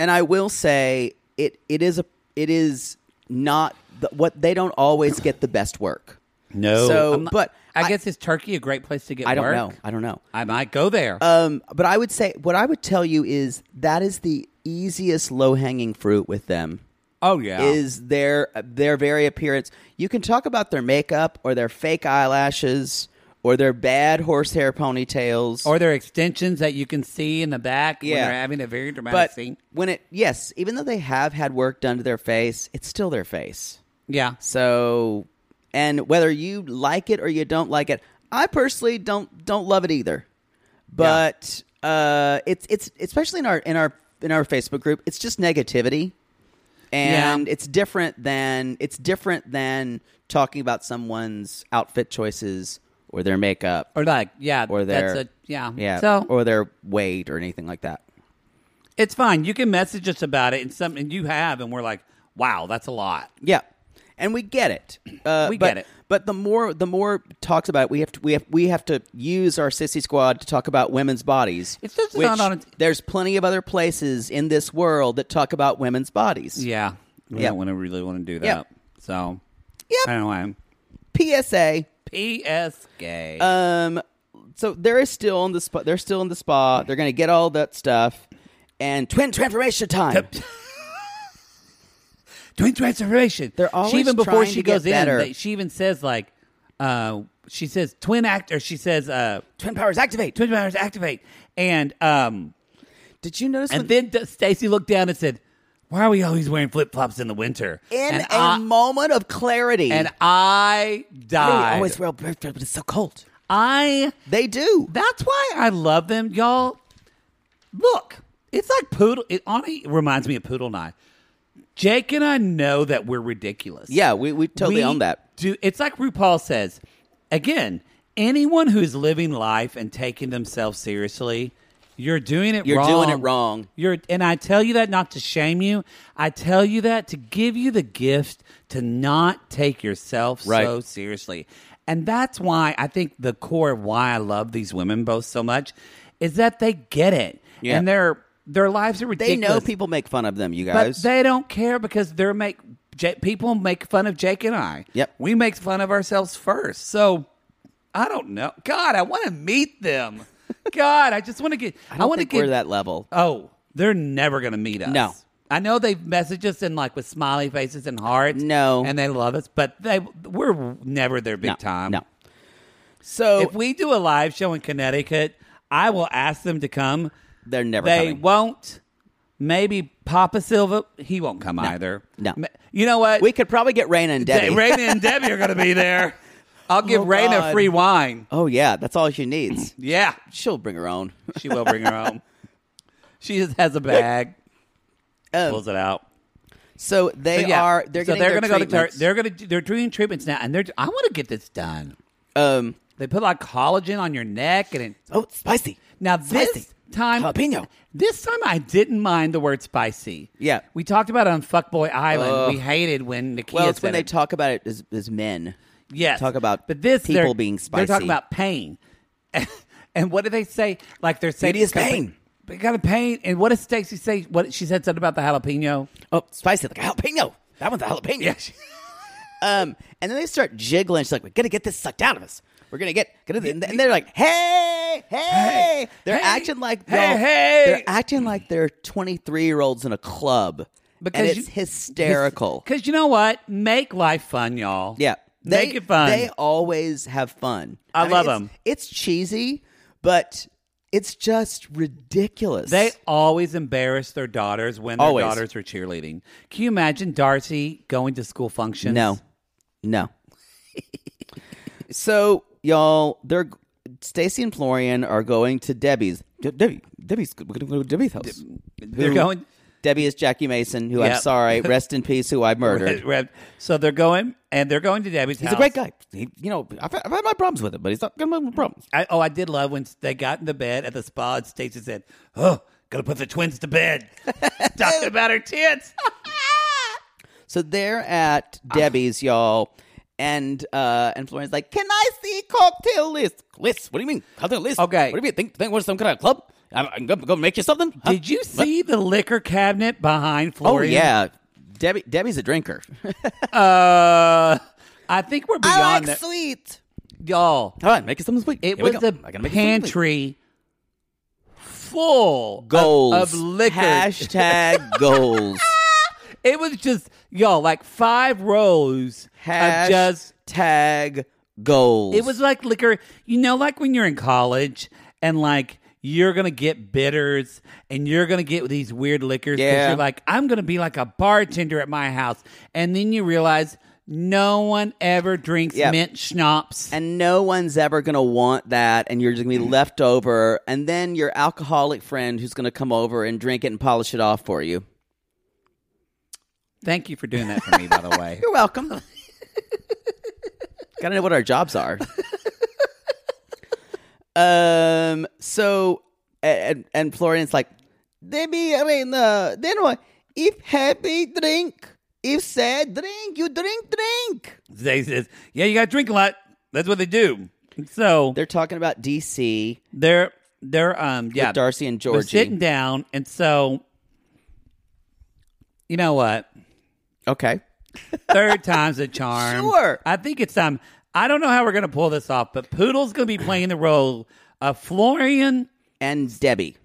B: and I will say it it is a it is not the, what they don't always get the best work.
C: No.
B: So,
C: I'm not-
B: but
C: I,
B: I-
C: guess is Turkey a great place to get
B: I don't
C: work?
B: know. I don't know.
C: I might go there.
B: Um, but I would say what I would tell you is that is the easiest low hanging fruit with them.
C: oh yeah.
B: Is their their very appearance? You can talk about their makeup or their fake eyelashes or their bad horsehair ponytails
C: or their extensions that you can see in the back when
B: Yeah.
C: they're having a very dramatic
B: but
C: scene.
B: when it yes, even though they have had work done to their face, it's still their face.
C: Yeah.
B: So, and whether you like it or you don't like it, I personally don't don't love it either. But uh, it's it's especially in our in our in our Facebook group, it's just negativity, and
C: Yeah.
B: it's different than it's different than talking about someone's outfit choices or their makeup
C: Or like yeah.
B: or their
C: that's a, yeah.
B: yeah
C: So
B: or their weight or anything like that.
C: it's fine. You can message us about it and something you have, and we're like, wow, that's a lot.
B: Yeah, and we get it. Uh,
C: We
B: but,
C: get it.
B: But the more the more talks about it, we have to we have we have to use our sissy squad to talk about women's bodies.
C: It's just
B: which
C: not on a-
B: there's plenty of other places in this world that talk about women's bodies.
C: Yeah. We
B: Yeah.
C: don't want to really want to do that.
B: Yep.
C: So
B: Yep.
C: I don't know. why I'm
B: PSA.
C: PS gay.
B: Um. So they're still in the spa. They're still in the spa. They're gonna get all that stuff. And twin transformation time.
C: Twin transformation.
B: They're always
C: she even before
B: trying
C: she
B: to get
C: goes in,
B: better.
C: they- she even says like, uh, she says twin act or she says uh,
B: Twin powers activate.
C: twin powers activate, and um,
B: Did you notice?
C: and
B: when-
C: then Stacy looked down and said, "Why are we always wearing flip flops in the winter?"
B: in
C: and
B: a
C: I-
B: moment of clarity,
C: and I
B: I
C: died.
B: always wear but it's so cold.
C: I
B: They do.
C: That's why I love them, y'all. Look, it's like poodle. It honestly reminds me of poodle and I. Jake and I know that we're ridiculous.
B: Yeah, we, we totally
C: We
B: own that.
C: Do it's like RuPaul says again. Anyone who's living life and taking themselves seriously, you're doing it
B: You're
C: wrong.
B: doing it wrong.
C: You're and I tell you that not to shame you. I tell you that to give you the gift to not take yourself so
B: Right.
C: seriously. And that's why I think the core of why I love these women both so much is that they get it.
B: Yeah.
C: And their their lives are
B: They
C: ridiculous.
B: know people make fun of them, you
C: but
B: guys.
C: they don't care because they're make J- people make fun of Jake and I.
B: Yep.
C: We make fun of ourselves first. So I don't know. God, I want to meet them. God, I just want to get
B: I
C: I,
B: don't
C: want to
B: think
C: get
B: we're that level.
C: Oh, they're never going to meet us.
B: No.
C: I know they've messaged us in like with smiley faces and hearts.
B: No.
C: And they love us, but they we're never their big
B: no,
C: time.
B: No. So
C: If we do a live show in Connecticut, I will ask them to come.
B: They're never
C: They
B: coming.
C: won't. Maybe Papa Silva, he won't come either.
B: no.
C: Ma- You know what?
B: we could probably get Raina and
C: De-
B: Debbie.
C: Raina and Debbie are going to be there. I'll give
B: Oh,
C: Raina
B: God.
C: free wine.
B: oh yeah, that's all she needs.
C: Yeah,
B: She'll bring her own.
C: she will bring her home. She just has a bag, pulls it out.
B: So Oh. they
C: But yeah,
B: are. They're
C: so
B: getting
C: they're
B: their
C: gonna go to
B: treatments.
C: Tur- they're going to they're doing treatments now, and they're I want to get this done.
B: um.
C: They put like collagen on your neck, and it,
B: Oh, it's spicy.
C: now this
B: Spicy.
C: time
B: Jalapeno.
C: This time I didn't mind the word spicy.
B: Yeah.
C: we talked about it on Fuckboy Island. we hated when Nikia
B: Well, it's
C: said
B: when they
C: it.
B: talk about it as, as men.
C: Yes.
B: Talk about
C: but this,
B: people
C: they're-
B: being
C: They're
B: spicy.
C: talking about pain. and what do they say? Like they're saying
B: It is pain.
C: They got a pain. And what does Stacey say? What she said something about the jalapeno.
B: Oh, spicy like a jalapeno. That one's a jalapeno. um, and then they start jiggling. She's like, "We're gonna get this sucked out of us. We're gonna get." Gonna, and they're like, "Hey, hey!" they're
C: hey,
B: acting like
C: hey,
B: y'all-
C: hey.
B: They're acting like they're twenty-three year olds in a club. and it's
C: you-
B: hysterical.
C: Because you know what? Make life fun, y'all.
B: yeah,
C: Make it fun.
B: They always have fun.
C: I love
B: it's-
C: 'em.
B: It's cheesy, but it's just ridiculous.
C: They always embarrass their daughters when their
B: Always.
C: daughters are cheerleading. Can you imagine Darcy going to school functions?
B: No, no. so y'all, they're Stacy and Florian are going to Debbie's. De- Debbie, Debbie's. We're gonna go to Debbie's house.
C: They're
B: Who-
C: going.
B: Debbie is Jackie Mason, who I'm
C: Yep.
B: sorry, rest in peace, who I murdered.
C: So they're going, and they're going to Debbie's
B: He's
C: house.
B: a great guy. He, you know, I've, I've had my problems with him, but he's not gonna have my problems.
C: I, oh, I did love when they got in the bed at the spa and Stacey said, Oh, gotta put the twins to bed. Talking about her tits.
B: So they're at
C: Ah.
B: Debbie's, y'all, and uh, and Florian's like, "Can I see cocktail list? List? What do you mean cocktail list?
C: Okay.
B: What do you mean? Think think we're some kind of club? I'm, I'm gonna go make you something? Huh?
C: Did you see the liquor cabinet behind
B: Oh
C: Florian?
B: yeah, Debbie. Debbie's a drinker.
C: Uh, I think we're
B: I like
C: beyond that.
B: sweet.
C: Y'all,
B: All right, make it something sweet.
C: it
B: Here we
C: was
B: go.
C: a
B: I gotta make it something sweet.
C: pantry full of-
B: goals
C: of, liquor.
B: Hashtag goals.
C: It was just y'all like five rows of just.
B: Hashtag goals.
C: It was like liquor. You know, like when you're in college and like you're gonna get bitters and you're gonna get these weird liquors because
B: Yeah.
C: you're like, I'm gonna be like a bartender at my house, and then you realize no one ever drinks
B: Yep.
C: mint schnapps.
B: and no one's ever gonna want that, and you're just
C: Mm-hmm.
B: gonna be left over, and then your alcoholic friend who's gonna come over and drink it and polish it off for you.
C: Thank you for doing that for me, by the way.
B: You're welcome. Gotta know what our jobs are. um. So, and and Florian's like, they be in uh, then what? If happy, drink. If sad, drink. You drink, drink.
C: Zay says, "Yeah, you gotta drink a lot. That's what they do." So
B: They're talking about DC
C: they're they're um yeah
B: with Darcy and
C: they're
B: Georgie.
C: sitting down, and so you know what?
B: okay.
C: Third time's a charm.
B: Sure.
C: I think it's um. I don't know how we're gonna pull this off, but Poodle's gonna be playing the role of Florian
B: And Debbie.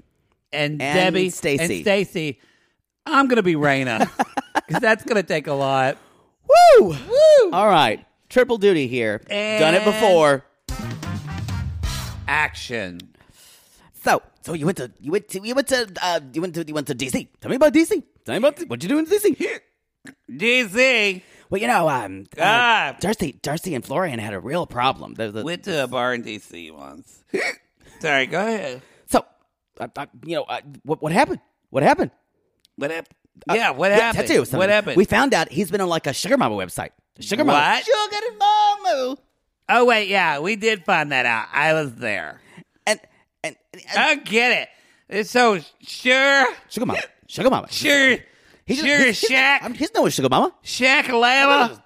C: and,
B: And
C: Debbie
B: Stacy.
C: and Stacy. I'm gonna be Raina because that's gonna take a lot.
B: Woo! Woo! All right. Triple duty here. Done it
C: And-
B: before.
C: Action.
B: So, so you went to you went to you went to uh, you went to you went to DC. Tell me about DC. Tell me about th- what you doing in DC.
C: DC
B: Well, you know, um, uh,
C: God.
B: Darcy, Darcy, and Florian had a real problem. The- the-
C: went to a bar in DC once. Sorry, go ahead.
B: so, I, I, you know, I, what, what happened? What happened? Uh,
C: What happened? yeah, what happened?
B: tattoo or something.
C: What happened?
B: We found out he's been on like a sugar mama website. Sugar mama.
C: What?
B: Sugar mama.
C: oh wait, yeah, we did find that out. I was there.
B: And and, and uh,
C: I get it. It's so sure,
B: sugar mama. Sugar mama.
C: sure,
B: He's just-
C: sure,
B: he's- he's- I'm-
C: shack,
B: He's no sugar mama.
C: shackalava,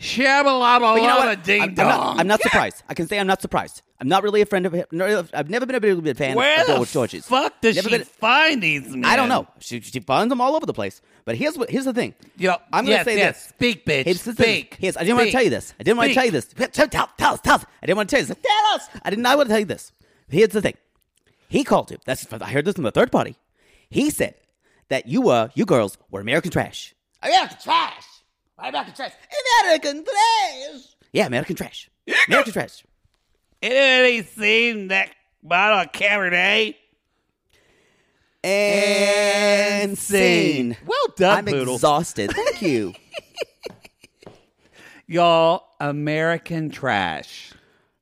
C: shabalaba,
B: But you know
C: lava,
B: what? I'm,
C: Oh, ding
B: I'm not,
C: dong.
B: I'm not surprised. I can say I'm not surprised. I'm not really a friend of him. no, I've never been a big, big fan
C: Where
B: of Bill
C: the
B: with George's.
C: fuck does
B: Never
C: she
B: been-
C: find these men?
B: I don't know. She, she finds them all over the place. But here's what here's the thing.
C: Yo,
B: I'm gonna
C: yes,
B: say
C: yes.
B: this.
C: Speak, bitch.
B: Here's the thing.
C: Speak.
B: Here's- I didn't want to
C: Speak.
B: tell you this. I didn't want
C: Speak.
B: to tell you this. Tell, tell, tell us, tell us. I didn't want to tell you this. Tell us. I did not want to tell you this. Here's the thing. He called you. That's I heard this from the third party. He said that you uh you girls were American trash. American trash. American trash. American trash. Yeah, American trash. American trash.
C: Anybody seen that bottle of Cabernet?
B: And scene.
C: Well done,
B: I'm
C: Poodle.
B: exhausted. Thank you.
C: Y'all, American trash.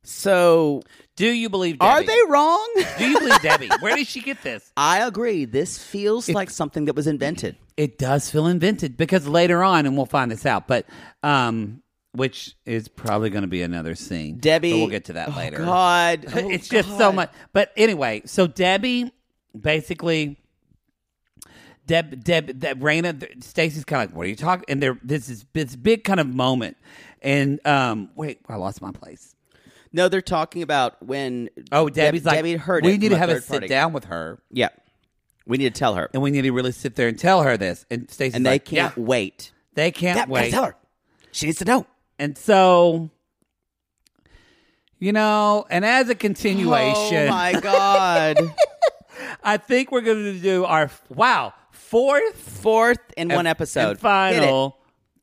B: So,
C: Do you believe? Debbie?
B: are they wrong?
C: Do you believe Debbie? Where did she get this?
B: I agree. This feels like something that was invented.
C: It does feel invented because later on, and we'll find this out, but um, which is probably going to be another scene.
B: Debbie,
C: but we'll get to that
B: oh,
C: later.
B: God, Oh,
C: it's just so
B: God.
C: much. But anyway, so Debbie, basically, Deb, Deb, Deb Raina, th- Stacy's kind of like, what are you talking? And there, this is this big kind of moment, and um, wait, I lost my place.
B: No, they're talking about when.
C: Oh,
B: Deb-
C: Debbie's like,
B: Debbie heard
C: we
B: it
C: need
B: from
C: to have a
B: third
C: sit
B: party.
C: down with her,
B: Yeah, we need to tell her,
C: and we need to really sit there and tell her this. And Stacy's
B: and
C: like,
B: they can't
C: yeah,
B: wait.
C: they can't
B: Deb, gotta
C: wait.
B: Tell her. She needs to know.
C: And so, you know, and as a continuation,
B: Oh my God!
C: I think we're going to do our wow fourth
B: Fourth in one
C: and-
B: episode,
C: and
B: Hit it.
C: final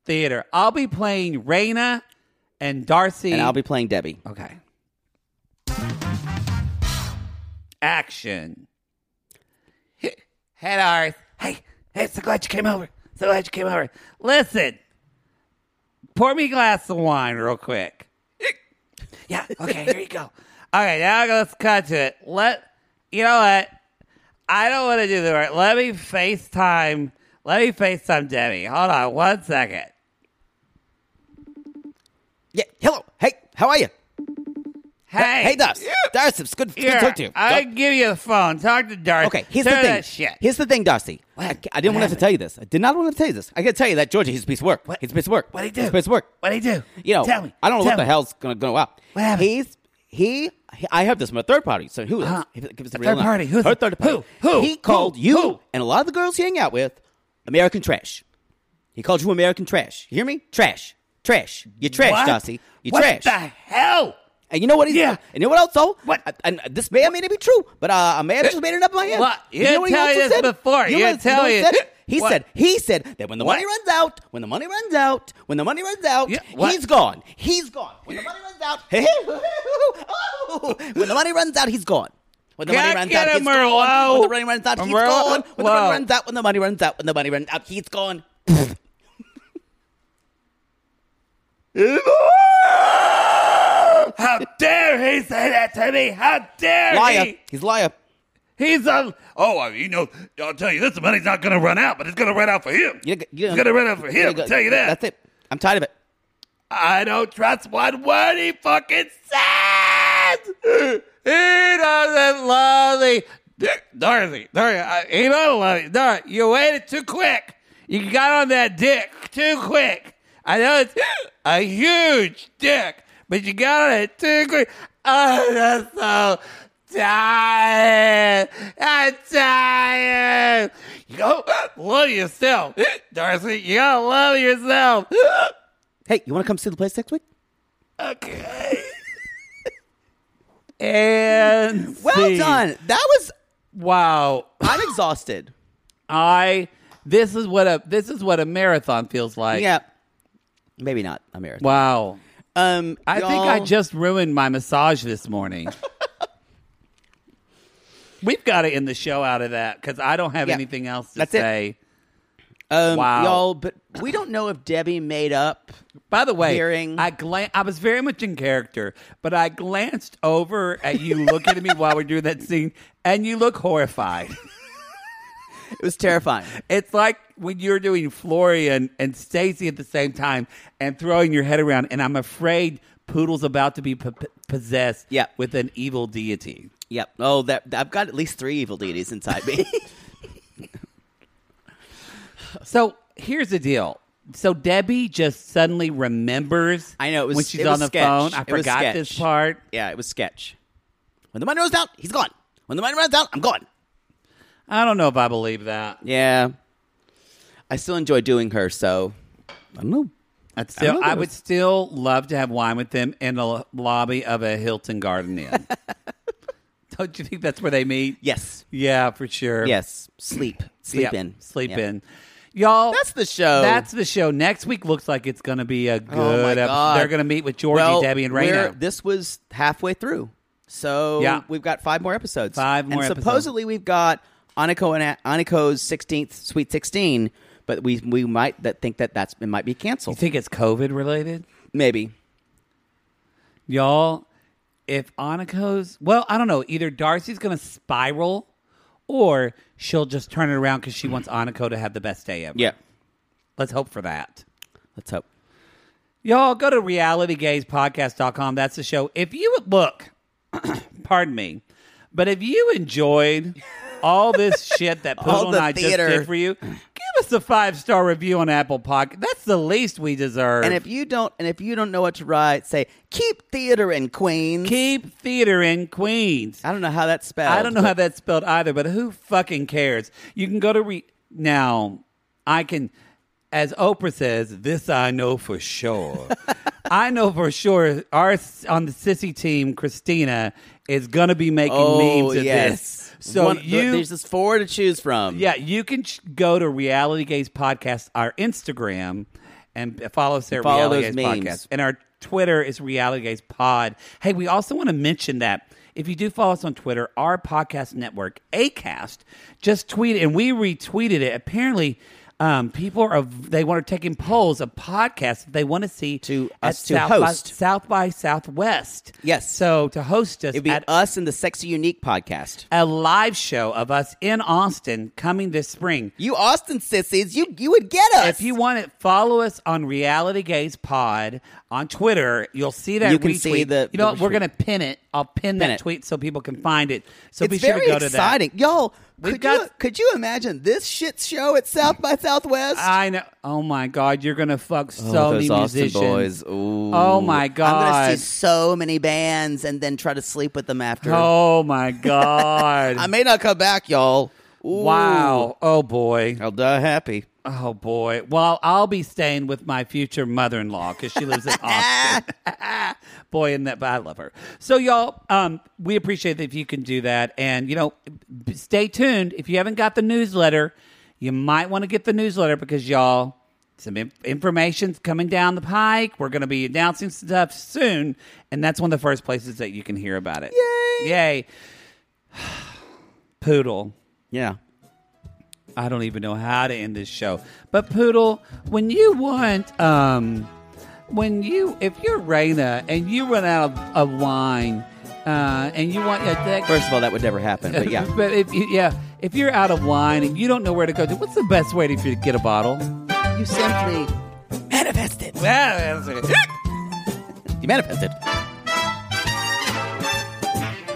C: theater. I'll be playing Raina and Darcy.
B: and I'll be playing Debbie.
C: okay. Action. Head ours. Hey, hey, so glad you came over. So glad you came over. Listen, pour me a glass of wine real quick. Yeah. Okay. Here you go. All right. Now let's cut to it. Let you know what I don't want to do the right. Let me FaceTime. Let me FaceTime Debbie. Hold on one second.
B: Yeah. Hello. Hey, how are you?
C: Hey.
B: Hey, Dubs. Darcy, it's good, it's good
C: Here,
B: to talk to you.
C: I give you the phone. Talk to Darcy.
B: Okay, here's
C: Turn
B: the thing.
C: That shit.
B: Here's the thing, Darcy. I, ca- I didn't want to have to tell you this. I did not want to have to tell you this. I got to tell you that Georgia, he's a piece of work. He's a piece of work.
C: What'd he do?
B: He's a piece of work.
C: What'd he do?
B: You know,
C: Tell me.
B: I don't know
C: Tell
B: what the
C: me.
B: hell's going to go out.
C: What happened?
B: He's he, he- I have this from a third party. So who is?
C: Uh-huh.
B: If it gives
C: A
B: the real
C: third
B: name.
C: party. Who's
B: Her
C: it?
B: third party.
C: Who? Who?
B: He called
C: Who?
B: you
C: Who?
B: and a lot of the girls you hang out with American trash. He called you American trash. You hear me? Trash. Trash. You trash,
C: What?
B: Darcy. You
C: what
B: trash.
C: the hell?
B: And you know what? He's,
C: Yeah.
B: And you know what else? Though,
C: What?
B: I- and this may or may not be true, but uh, I may have just made it up in my head.
C: What? You
B: know
C: didn't
B: what he
C: tell
B: also
C: you this
B: said?
C: before. You
B: know
C: didn't
B: what- know
C: tell
B: what he
C: you.
B: said? He
C: What?
B: said. He said that when the money
C: What?
B: runs out, when the money runs out, when the money runs out,
C: Yeah, what?
B: he's gone. He's gone. When the money runs out, oh, when the money runs out, he's gone. When the money
C: God,
B: runs
C: get
B: out,
C: him,
B: he's gone. When
C: Merlot.
B: the money runs out, he's
C: Merlot.
B: gone. When the money
C: Whoa.
B: runs out, when the money runs out, when the money runs out, he's gone.
C: How dare he say that to me? How dare
B: Liar.
C: he?
B: He's a liar.
C: He's a oh, uh, you know, I'll tell you this: the money's not going to run out, but it's going to run out for him.
B: You're, g- you're
C: it's going to run out for
B: you're
C: him.
B: g-
C: I'll tell you that.
B: That's it. I'm tired of it.
C: I don't trust one word he fucking says. He doesn't love me. D- Dorothy, Dorothy, I- he don't love you. Dorothy, you waited too quick. You got on that dick too quick. I know it's a huge dick, but you got on it too quick. Oh, that's so tired. I'm tired. You gotta love yourself, Dorothy. You gotta love yourself.
B: Hey, you want to come see the place next week?
C: Okay. and
B: Well
C: see.
B: done. That was.
C: Wow.
B: I'm exhausted.
C: I this is what a this is what a marathon feels like.
B: yeah. Maybe not a marathon.
C: Wow.
B: Um,
C: I think
B: y'all-
C: I just ruined my massage this morning. We've got to end the show out of that because I don't have
B: Yeah.
C: anything else to
B: That's it.
C: say.
B: um,
C: wow.
B: y'all. But we don't know if Debbie made up.
C: By the way,
B: Hearing.
C: I glan- I was very much in character, but I glanced over at you looking at me while we were doing that scene, and you look horrified.
B: It was terrifying.
C: It's like when you're doing Florian and Stacy at the same time and throwing your head around, and I'm afraid Poodle's about to be p- p- possessed
B: Yeah.
C: with an evil deity.
B: yep. Oh, that I've got at least three evil deities inside me.
C: So here's the deal. So Debbie just suddenly remembers.
B: I know, it was-
C: when she's
B: it
C: on
B: was
C: the
B: sketch.
C: phone. I
B: It was
C: forgot
B: sketch.
C: this part.
B: yeah, it was sketch. When the money runs out, he's gone. When the money runs out, I'm gone.
C: I don't know if I believe that.
B: Yeah. I still enjoy doing her, so I don't know.
C: I'd
B: I don't
C: still,
B: know
C: I
B: if-
C: would still love to have wine with them in the lo- lobby of a Hilton Garden Inn. don't you think that's where they meet?
B: Yes.
C: Yeah, for sure.
B: Yes. Sleep. Sleep
C: Yep,
B: in.
C: Sleep
B: Yep.
C: in. Y'all.
B: That's the show.
C: That's the show. Next week looks like it's going to be a good
B: my
C: episode.
B: God.
C: They're going to meet with Georgie,
B: Well,
C: Debbie, and
B: we're-
C: Raina.
B: This was halfway through, so
C: Yeah.
B: we've got five more episodes.
C: Five more
B: And
C: episodes.
B: supposedly we've got Aniko and Aniko's sixteenth Sweet Sixteen, but we we might that think that that's it might be
C: You
B: canceled.
C: think it's COVID related?
B: Maybe.
C: Y'all, if Aniko's, well, I don't know. Either Darcy's going to spiral or she'll just turn it around because she wants Aniko to have the best day ever.
B: Yeah.
C: Let's hope for that.
B: Let's hope.
C: Y'all go to realitygazepodcast.com. That's the show. If you would look, pardon me, but if you enjoyed all this shit that
B: All
C: Poodle
B: the
C: and I just
B: theater.
C: did for you, give us a five star review on Apple Podcast. That's the least we deserve.
B: And if you don't, and if you don't know what to write, say keep theater in Queens.
C: keep theater in Queens.
B: I don't know how that's spelled.
C: I don't know how
B: but
C: that's spelled either, but who fucking cares? You can go to re now. I can, as Oprah says, this I know for sure. I know for sure our s- on the sissy team, Christina is gonna be making
B: Oh
C: memes of
B: yes.
C: this. So
B: One-
C: you,
B: there's just four to choose from.
C: yeah, you can ch- go to Reality Gaze Podcast, our Instagram, and b- follow us there.
B: Follow
C: Reality Gaze
B: those memes.
C: Podcast, and our Twitter is Reality Gaze Pod. Hey, we also want to mention that if you do follow us on Twitter, our podcast network Acast just tweeted and we retweeted it. Apparently. Um, people are they want to take in polls of podcasts that they want to see
B: To
C: at
B: us to
C: South
B: host.
C: by, South by Southwest.
B: Yes.
C: so to host us
B: It'd be
C: at
B: us and the Sexy Unique podcast.
C: a live show of us in Austin coming this spring.
B: You Austin sissies, you you would get us.
C: If you want it, follow us on Reality Gaze Pod on Twitter. You'll see that
B: You can
C: retweet.
B: see the-
C: you know
B: the
C: what? We're
B: retweet.
C: gonna pin it. I'll pin, that
B: it.
C: tweet so people can find it. So
B: it's
C: be sure
B: very
C: to go to
B: exciting, y'all.
C: We've
B: Could you
C: got-
B: could you imagine this shit show at South by Southwest?
C: that. I know. Oh my God, you're gonna fuck so many musicians. Oh
B: Oh
C: my
B: I'm
C: God.
B: gonna see so many bands and then try to sleep with them after.
C: Oh my God.
B: I may not come back, y'all.
C: Wow. Oh boy.
B: I'll die uh, happy.
C: Oh boy. Well, I'll be staying with my future mother-in-law because she lives in Austin. boy, and that, but I love her. So, y'all, um, we appreciate that if you can do that, and you know, b- stay tuned. If you haven't got the newsletter, you might want to get the newsletter because y'all, some in- information's coming down the pike. We're going to be announcing stuff soon, and that's one of the first places that you can hear about it. Yay! Yay! Poodle.
B: Yeah.
C: I don't even know how to end this show. But Poodle, when you want, um, when you, if you're Raina and you run out of, of wine, uh, and you want a deck,
B: First of all, that would never happen. But yeah.
C: but if you, yeah, if you're out of wine and you don't know where to go to, what's the best way to get a bottle?
B: you simply manifest it. You manifest it.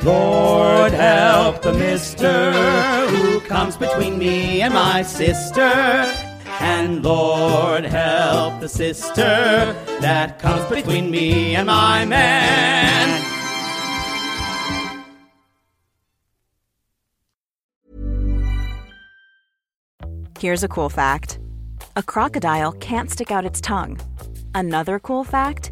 B: Lord help the mister who comes between me and my sister. And Lord help the sister that comes between me and my man.
E: Here's a cool fact a crocodile can't stick out its tongue. Another cool fact